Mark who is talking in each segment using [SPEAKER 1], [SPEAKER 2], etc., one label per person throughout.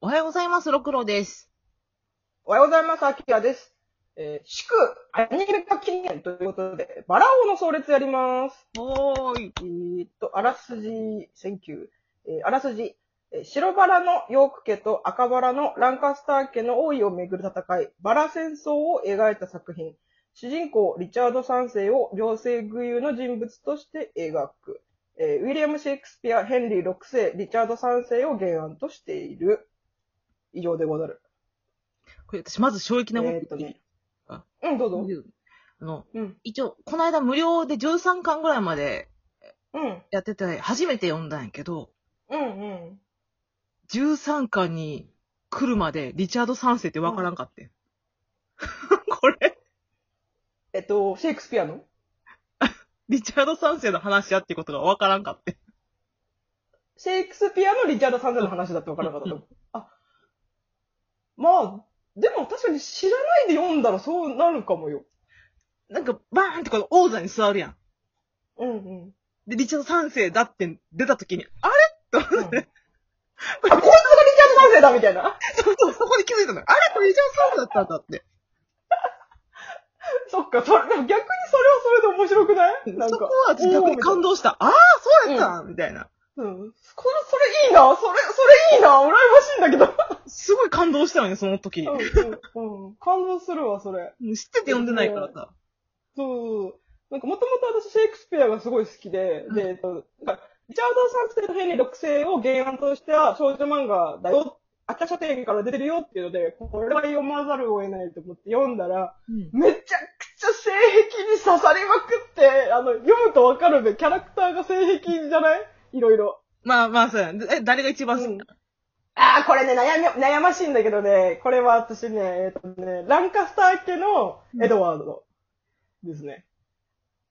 [SPEAKER 1] おはようございます、ろくろです。
[SPEAKER 2] おはようございます、アキラです。えー祝アニメ化記念ということで、バラ王の葬列やります。
[SPEAKER 1] おーい。
[SPEAKER 2] えーっと、あらすじ、選球。えーあらすじ、えー白バラのヨーク家と赤バラのランカスター家の王位をめぐる戦い、バラ戦争を描いた作品。主人公、リチャード三世を両性具有の人物として描く。えーウィリアム・シェイクスピア、ヘンリー6世、リチャード三世を原案としている。以上でござる。
[SPEAKER 1] これ私まず衝撃なこと言
[SPEAKER 2] え
[SPEAKER 1] っ
[SPEAKER 2] ーってと
[SPEAKER 1] いい
[SPEAKER 2] ね。うん、どうぞ。
[SPEAKER 1] あの、
[SPEAKER 2] うん。
[SPEAKER 1] 一応、この間無料で13巻ぐらいまで
[SPEAKER 2] うん。
[SPEAKER 1] やってて、初めて読んだんやけど、
[SPEAKER 2] うん。うん。
[SPEAKER 1] 13巻に来るまでリチャード3世ってわからんかってん。 これ、
[SPEAKER 2] えっと、シェイクスピアの
[SPEAKER 1] リチャード3世の話やってことがわからんかって
[SPEAKER 2] シェイクスピアのリチャード・サンゼの話だって分からなかった
[SPEAKER 1] う
[SPEAKER 2] と。あ。まあ、でも確かに知らないで読んだらそうなるかもよ。
[SPEAKER 1] ん。なんか、バーンってこの王座に座るやん。
[SPEAKER 2] うんうん。
[SPEAKER 1] で、リチャード3世だって出た時に、あれ
[SPEAKER 2] あ、こいつがリ チャード・サンゼだみたいな。
[SPEAKER 1] そうそうそこに気づいたのよあれこれリチャード3世だったんだって。
[SPEAKER 2] そっか、それ、でも逆にそれはそれで面白くないなん
[SPEAKER 1] そ
[SPEAKER 2] か。
[SPEAKER 1] こは私逆に感動した。ああ、そうやった、みたいな。
[SPEAKER 2] おーみたいな。うん。それ、それいいな、それ、それいいな、羨ましいんだけど。
[SPEAKER 1] すごい感動したよね、その時に。
[SPEAKER 2] うんうんうん。感動するわ、それ。
[SPEAKER 1] 知ってて読んでないからさ。
[SPEAKER 2] そうそうそう。なんかもともと私、シェイクスピアがすごい好きで、
[SPEAKER 1] うん
[SPEAKER 2] で、えっと、なんか、リチャード・サンクセとヘンリー6世を原案とした少女漫画だよ、赤書店から出てるよっていうので、これは読まざるを得ないと思って読んだら、めちゃくちゃ性癖に刺さりまくって、あの、読むとわかるんで、キャラクターが性癖じゃないいろいろ。
[SPEAKER 1] まあまあ、そうやね。え、誰が一番好き
[SPEAKER 2] うんああ、これね、悩み、悩ましいんだけどね、これは私ね、えっ、とね、ランカスター家のエドワードですね。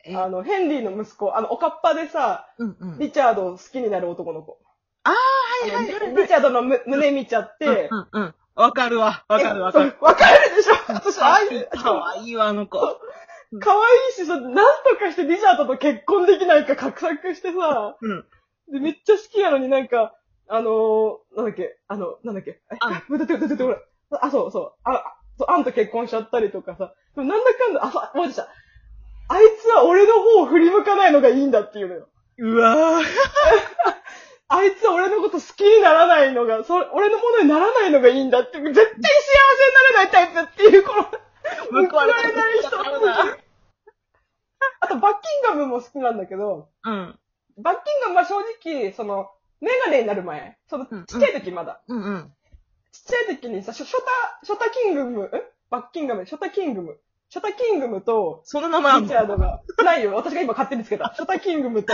[SPEAKER 1] え
[SPEAKER 2] あの、ヘンリーの息子、あの、おかっぱでさ、
[SPEAKER 1] うんうん。
[SPEAKER 2] リチャードを好きになる男の子。
[SPEAKER 1] あ
[SPEAKER 2] あ
[SPEAKER 1] ーはいはいはい
[SPEAKER 2] のリチャードのむ胸見ちゃって、
[SPEAKER 1] うんうん。わかるわ。わかるわかる。
[SPEAKER 2] えそうわかるでしょ私、ああいう、
[SPEAKER 1] かわいいわ、あの子。
[SPEAKER 2] 可愛いしさ、なんとかしてリチャードと結婚できないか画策してさ、
[SPEAKER 1] うん。
[SPEAKER 2] で、めっちゃ好きやのになんか、あのー、なんだっけ、あの、なんだっけ、え
[SPEAKER 1] あ
[SPEAKER 2] 待って待って待って待って、ほら。あ、そうそう。あ、あそう、アンと結婚しちゃったりとかさ。でもなんだかんだ、あ、そう、待ってした。あいつは俺の方を振り向かないのがいいんだっていうのよ。
[SPEAKER 1] うわー
[SPEAKER 2] あいつ俺のこと好きにならないのが、それ、俺のものにならないのがいいんだって、絶対幸せになれないタイプっていう、この、報われない人
[SPEAKER 1] 報われない人
[SPEAKER 2] あと、バッキンガムも好きなんだけど、
[SPEAKER 1] うん。
[SPEAKER 2] バッキンガムは正直、その、メガネになる前、その、
[SPEAKER 1] うんうん
[SPEAKER 2] ちっちゃい時まだ。
[SPEAKER 1] うんうん。
[SPEAKER 2] ちっちゃい時にさ、ショショタ、ショタキングム、んバッキンガム、ショタキングム。ショタキングムと、
[SPEAKER 1] その名前あん
[SPEAKER 2] リ
[SPEAKER 1] の
[SPEAKER 2] チャードが、ないよ、私が今勝手につけた。ショタキング ムと、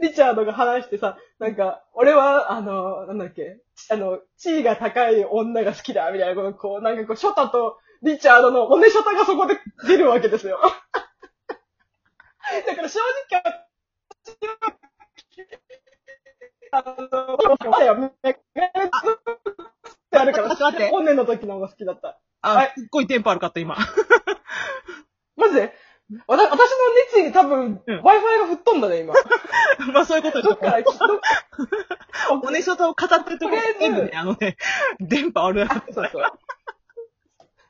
[SPEAKER 2] リチャードが話してさ、なんか、俺は、あの、なんだっけ、あの、地位が高い女が好きだ、みたいなこと、こう、なんかこう、ショタとリチャードの、おねショタがそこで出るわけですよ。 だから正直、あの、 我はメガネってあるから、
[SPEAKER 1] 待って
[SPEAKER 2] 本年の時の方が好きだった。は
[SPEAKER 1] あ
[SPEAKER 2] い、
[SPEAKER 1] すっごいテンポ悪かった、今。
[SPEAKER 2] マジでわた私の熱意に多分、
[SPEAKER 1] うん
[SPEAKER 2] Wi-Fi が吹っ飛んだね、今。ど
[SPEAKER 1] まあそういうことでしょ。
[SPEAKER 2] っから、 どっ
[SPEAKER 1] おねしょたを語ってるところ
[SPEAKER 2] とりあえず
[SPEAKER 1] 全部ね、あのね、電波悪い。
[SPEAKER 2] そうそう。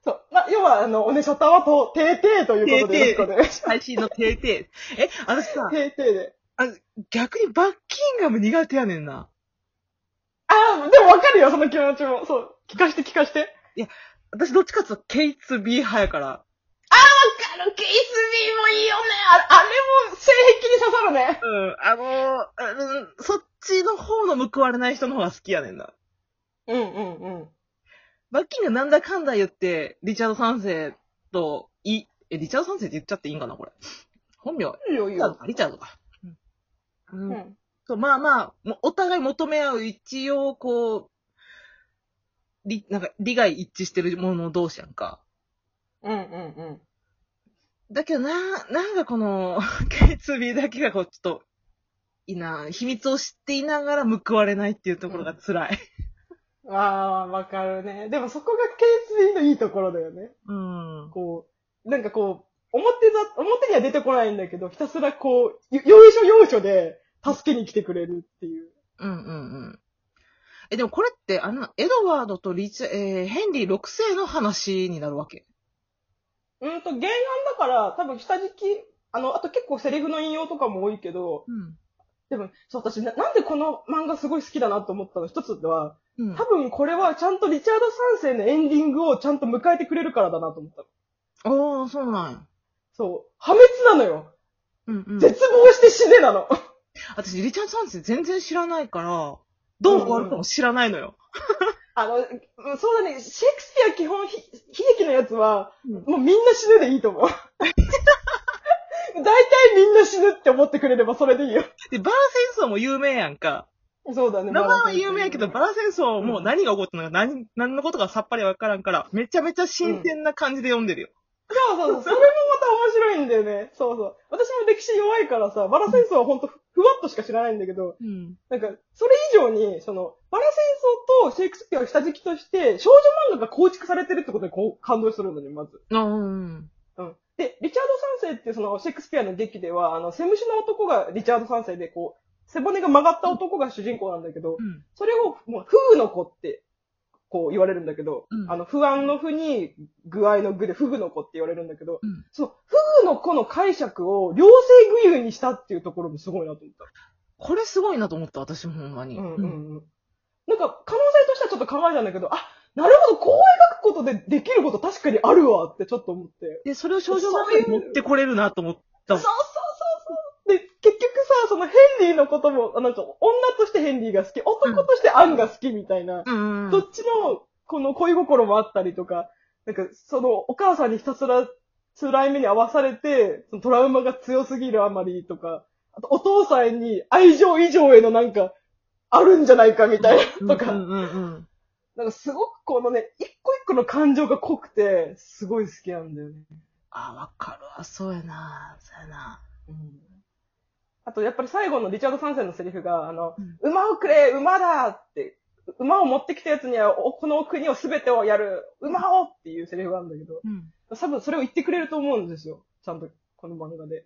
[SPEAKER 2] そう。まあ、要は、あの、おねしょたはと、てーてーということで、よろしくお願いしま
[SPEAKER 1] 最新のてーてー。え、私さ
[SPEAKER 2] す。、てーてーで。
[SPEAKER 1] 逆にバッキンガム苦手やねんな。
[SPEAKER 2] ああ、でもわかるよ、その気持ちも。そう。聞かして聞かして。わ
[SPEAKER 1] 私どっちかっていうと、ケイツビー派やから。
[SPEAKER 2] かる、ケース B もいいよね。ああれも、性癖に刺さるね。
[SPEAKER 1] うん、あのーうん、そっちの方の報われない人の方が好きやねんな。
[SPEAKER 2] うんうんうん。
[SPEAKER 1] バッキンがなんだかんだ言って、リチャード三世と、い、え、リチャード三世って言っちゃっていいんかな、これ。本名、
[SPEAKER 2] いいよ、い
[SPEAKER 1] リ
[SPEAKER 2] い
[SPEAKER 1] チャード
[SPEAKER 2] よ。
[SPEAKER 1] か、リチャードか。う。
[SPEAKER 2] うんん。
[SPEAKER 1] そうまあまあ、もうお互い求め合う一応、こう、り、なんか、利害一致してるもの同士やんか。
[SPEAKER 2] うんうんうん。
[SPEAKER 1] だけどな、なんかこの、KTB だけがこう、ちょっと、いいな、秘密を知っていながら報われないっていうところが辛い。
[SPEAKER 2] ああ、わかるね。でもそこがケース B のいいところだよね。
[SPEAKER 1] うん。
[SPEAKER 2] こう、なんかこう、表だ、表には出てこないんだけど、ひたすらこう、よ要所要所で助けに来てくれるっていう。
[SPEAKER 1] うんうんうん。え、でもこれって、あの、エドワードとリチャ、えーヘンリー6世の話になるわけ。
[SPEAKER 2] うんと、原案だから、多分下敷き、あの、あと結構セリフの引用とかも多いけど、
[SPEAKER 1] うん。
[SPEAKER 2] でも、そう、私な、なんでこの漫画すごい好きだなと思ったの一つは、
[SPEAKER 1] うん
[SPEAKER 2] 多。分これはちゃんとリチャード三世のエンディングをちゃんと迎えてくれるからだなと思ったの。
[SPEAKER 1] ああ、そうなんや。
[SPEAKER 2] そう。破滅なのよ。
[SPEAKER 1] うんうん。
[SPEAKER 2] 絶望して死ねなの。
[SPEAKER 1] 私、リチャード三世全然知らないから、どう終わるかも知らないのよ。
[SPEAKER 2] あの、うんそうだね、シェイクスピア基本ひ、悲劇のやつは、
[SPEAKER 1] うん
[SPEAKER 2] もうみんな死ぬでいいと思う。大体みんな死ぬって思ってくれればそれでいいよ。
[SPEAKER 1] で、バラ戦争も有名やんか。
[SPEAKER 2] そうだね。
[SPEAKER 1] 名前は有名やけど、バ
[SPEAKER 2] バ
[SPEAKER 1] ラ戦争もう何が起こったのか、何、何のことかさっぱりわからんから、めちゃめちゃ新鮮な感じで読んでるよ。
[SPEAKER 2] そうそうそう、それもまた面白いんだよね。そうそう。私も歴史弱いからさ、バラ戦争はほんとふふわっとしか知らないんだけど、
[SPEAKER 1] うん。
[SPEAKER 2] なんか、それ以上に、その、バラ戦争とシェイクスピアを下敷きとして、少女漫画が構築されてるってことにこう感動するのね、まず。
[SPEAKER 1] あうん。
[SPEAKER 2] うん。で、リチャード三世っていうそのシェイクスピアの劇では、あの、セムシの男がリチャード三世で、こう、背骨が曲がった男が主人公なんだけど、
[SPEAKER 1] うん。
[SPEAKER 2] それを、もう、フグの子って、こう言われるんだけど、
[SPEAKER 1] うん
[SPEAKER 2] あの、不安の不に、具合の具でフグの子って言われるんだけど、
[SPEAKER 1] うん
[SPEAKER 2] その、フグの子の解釈を、両性具有にしたっていうところもすごいなと思った。
[SPEAKER 1] これすごいなと思った、私もほんまに。
[SPEAKER 2] うんうんうん。なんか、可能性としてはちょっと考えたんだけど、あ、なるほど、こう描くことでできること確かにあるわってちょっと思って。
[SPEAKER 1] で、それを少女漫画に持ってこれるなと思って。だ
[SPEAKER 2] そうそうそうそう。で、結局さ、そのヘンリーのことも、あなんか、女としてヘンリーが好き、男としてアンが好きみたいな、
[SPEAKER 1] うん
[SPEAKER 2] どっちの、この恋心もあったりとか、なんか、その、お母さんにひたすら辛い目に遭わされて、そのトラウマが強すぎるあまりとか、あと、お父さんに愛情以上へのなんか、あるんじゃないかみたいな、とか、
[SPEAKER 1] うんうんうん
[SPEAKER 2] なんかすごくこのね、一個一個の感情が濃くて、すごい好きなんだよね。
[SPEAKER 1] あ、わかるわ。そうやな。そうやな。
[SPEAKER 2] あと、やっぱり最後のリチャード3世のセリフが、あの、
[SPEAKER 1] う
[SPEAKER 2] 馬をくれ馬だって、馬を持ってきたやつには、おこの国を全てをやる馬をっていうセリフがあるんだけど、
[SPEAKER 1] うん。
[SPEAKER 2] 多分それを言ってくれると思うんですよ。ちゃんと、この漫画で。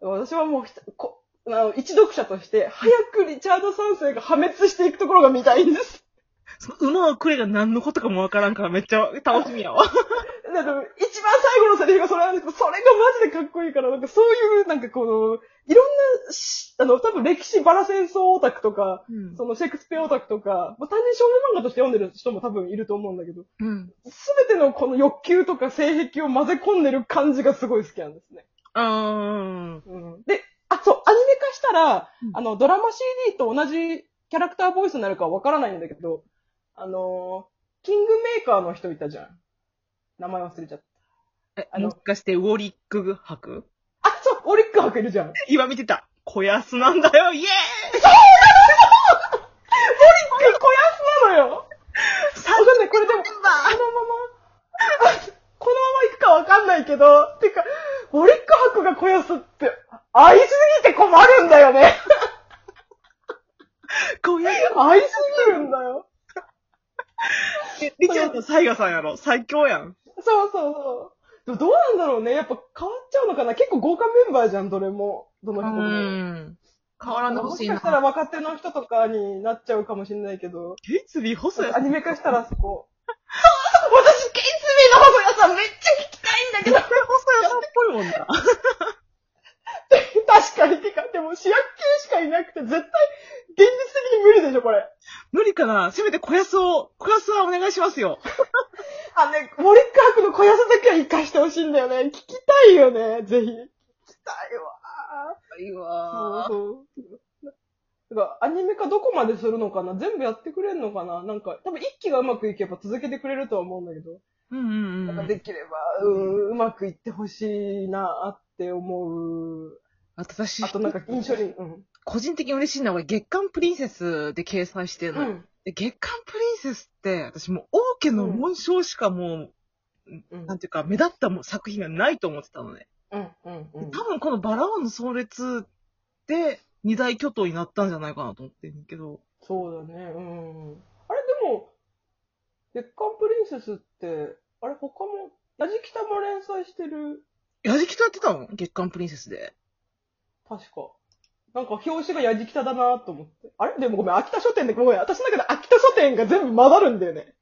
[SPEAKER 2] 私はもうひた、こあの一読者として、早くリチャード3世が破滅していくところが見たいんです。
[SPEAKER 1] その馬をくれが何のことかもわからんからめっちゃ楽しみやわ。
[SPEAKER 2] だから一番最後のセリフがそれなんですけど、それがマジでかっこいいから、なんかそういう、なんかこの、いろんなし、あの、多分歴史バラ戦争オタクとか、
[SPEAKER 1] うん
[SPEAKER 2] そのシェイクスピアオタクとか、まあ、単純に少女漫画として読んでる人も多分いると思うんだけど、
[SPEAKER 1] うん。
[SPEAKER 2] すべてのこの欲求とか性癖を混ぜ込んでる感じがすごい好きなんですね。
[SPEAKER 1] あー
[SPEAKER 2] うん。で、あ、そう、アニメ化したら、
[SPEAKER 1] うん
[SPEAKER 2] あの、ドラマ CD と同じキャラクターボイスになるかはわからないんだけど、あのーキングメーカーの人いたじゃん。名前忘れちゃった。
[SPEAKER 1] え
[SPEAKER 2] あの
[SPEAKER 1] もしかしてウォリック博
[SPEAKER 2] あ、そう、オリック履けるじゃん。
[SPEAKER 1] 今見てた。小安なんだよ。イエーイ
[SPEAKER 2] 小安なのよ。わかんない、これでも、このまま、このまま行くかわかんないけど、てか、オリック博が小安って、愛すぎて困るんだよね。
[SPEAKER 1] 小安
[SPEAKER 2] 愛すぎるんだよ。
[SPEAKER 1] って、リチャード・サイガさんやろ。最強やん。
[SPEAKER 2] そうそうそう。でもどうなんだろうね。やっぱ変わっちゃうのかな。結構豪華メンバーじゃん、どれも。どの人も。
[SPEAKER 1] ん。変わらんでほ
[SPEAKER 2] も
[SPEAKER 1] しい
[SPEAKER 2] しか
[SPEAKER 1] な
[SPEAKER 2] した。ら若手の人とかになっちゃうかもしれないけど。
[SPEAKER 1] ケイツビー細
[SPEAKER 2] ア
[SPEAKER 1] 谷
[SPEAKER 2] ニメ化したらそこ。そう 私、ケイスミの細谷さんめっちゃ聞きたいんだけど。
[SPEAKER 1] 絶対細谷さんっぽいもんな。
[SPEAKER 2] 確かに、てか、でも主役系しかいなくて、絶対、現実的に無理でしょ、これ。
[SPEAKER 1] 無理かなせめて小安を、小安はお願いしますよ。
[SPEAKER 2] あのね、モリック博の小安だけは生かしてほしいんだよね。聞きたいよね、ぜひ。聞きたい
[SPEAKER 1] いい
[SPEAKER 2] わ
[SPEAKER 1] わ
[SPEAKER 2] そうそう。だから、アニメ化どこまでするのかな全部やってくれるのかななんか、多分一期がうまくいけば続けてくれるとは思うんだけど。
[SPEAKER 1] うんうんう
[SPEAKER 2] なんか
[SPEAKER 1] ん。
[SPEAKER 2] できれば、うん、うまくいってほしいなって思う。
[SPEAKER 1] あと私
[SPEAKER 2] あ、となんか、印象に、うん。
[SPEAKER 1] 個人的に嬉しいのは、俺月刊プリンセスで掲載してるの。
[SPEAKER 2] ん。
[SPEAKER 1] で月刊プリンセスって、私もう王家の紋章しかも
[SPEAKER 2] う
[SPEAKER 1] う、
[SPEAKER 2] ん
[SPEAKER 1] なんていうか、目立ったもう作品がないと思ってたのね。
[SPEAKER 2] うん。うん。うん
[SPEAKER 1] 多分このバラ王の葬列で二大巨頭になったんじゃないかなと思ってるけど。
[SPEAKER 2] そうだね、うん。あれ、でも、月刊プリンセスって、あれ、他も、ヤジキタも連載してる、
[SPEAKER 1] やじきとやってたの月刊プリンセスで。
[SPEAKER 2] 確か。なんか、表紙がヤジキタだなと思って。あれでもごめん、秋田書店で、ごめん、私の中で秋田書書店が全部混ざるんだよね。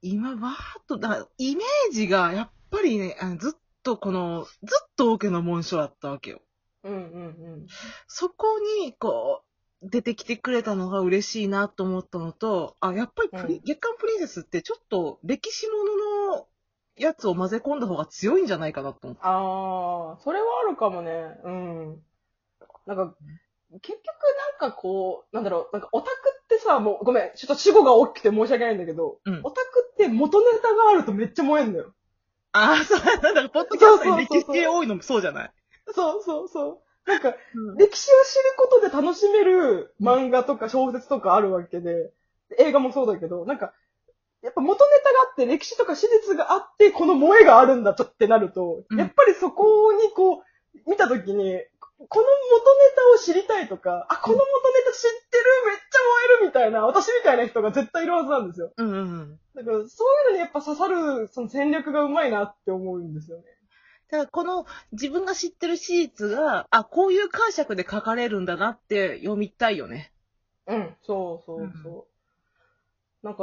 [SPEAKER 1] 今、わーっと、だからイメージが、やっぱりね、あのずっとこの、ずっと王家の紋章だったわけよ。
[SPEAKER 2] うんうん
[SPEAKER 1] そこに、こう、出てきてくれたのが嬉しいなと思ったのと、あ、やっぱりプリ、
[SPEAKER 2] うん
[SPEAKER 1] 月刊プリンセスってちょっと歴史もののやつを混ぜ込んだ方が強いんじゃないかなと思って。
[SPEAKER 2] あー、それはあるかもね。うん。なんか、結局なんかこう、なんだろう、なんかオタクってさ、もうごめん、ちょっと死語が大きくて申し訳ないんだけど、
[SPEAKER 1] うん
[SPEAKER 2] オタクって元ネタがあるとめっちゃ燃えんのよ。
[SPEAKER 1] ああ、そう、なんだ、ポッドキャストに
[SPEAKER 2] そうそうそう
[SPEAKER 1] 歴
[SPEAKER 2] そ
[SPEAKER 1] 史
[SPEAKER 2] う
[SPEAKER 1] 系多いのもそうじゃない
[SPEAKER 2] そうそうそう。なんか、
[SPEAKER 1] うん
[SPEAKER 2] 歴史を知ることで楽しめる漫画とか小説とかあるわけで、映画もそうだけど、なんか、やっぱ元ネタがあって、歴史とか史実があって、この萌えがあるんだとってなると、
[SPEAKER 1] うん
[SPEAKER 2] やっぱりそこにこう、見たときに、この元ネタを知りたいとか、あ、この元ネタ知ってる、めっちゃ燃えるみたいな、私みたいな人が絶対いるはずなんですよ。
[SPEAKER 1] うんうんうん。
[SPEAKER 2] だから、そういうのにやっぱ刺さる、その戦略がうまいなって思うんですよね。
[SPEAKER 1] だからこの自分が知ってる史実が、あ、こういう解釈で書かれるんだなって読みたいよね。
[SPEAKER 2] うん、そうそうそう。なんか、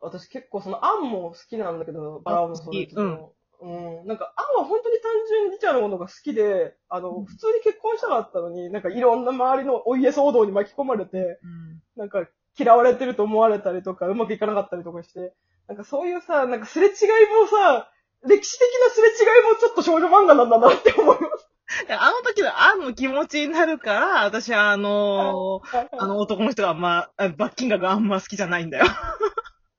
[SPEAKER 2] 私結構その、あんも好きなんだけど、バラもそうだけど。うん。なんか、あんは本当に単純にリチャのものが好きで、あの、普通に結婚したかったのに、なんかいろんな周りのお家騒動に巻き込まれて、なんか嫌われてると思われたりとか、うまくいかなかったりとかして、なんかそういうさ、なんかすれ違いもさ、歴史的なすれ違いもちょっと少女漫画なんだなって思います。
[SPEAKER 1] あの時のアンの気持ちになるから、私はあのー
[SPEAKER 2] あ
[SPEAKER 1] あの男の人があんま、あ罰金額があんま好きじゃないんだよ。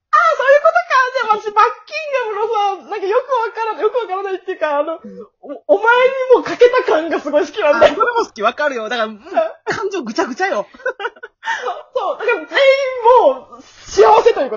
[SPEAKER 2] でも私、バッキンガムのさ、なんかよくわからない、よくわからないっていうか、あの、お、お前にもかけた感がすごい好きなん
[SPEAKER 1] あ
[SPEAKER 2] だ
[SPEAKER 1] それ
[SPEAKER 2] よ。
[SPEAKER 1] も好き、わかるよ。だから、うん感情ぐちゃぐちゃよ。
[SPEAKER 2] そう、だから全員もう、幸せということ。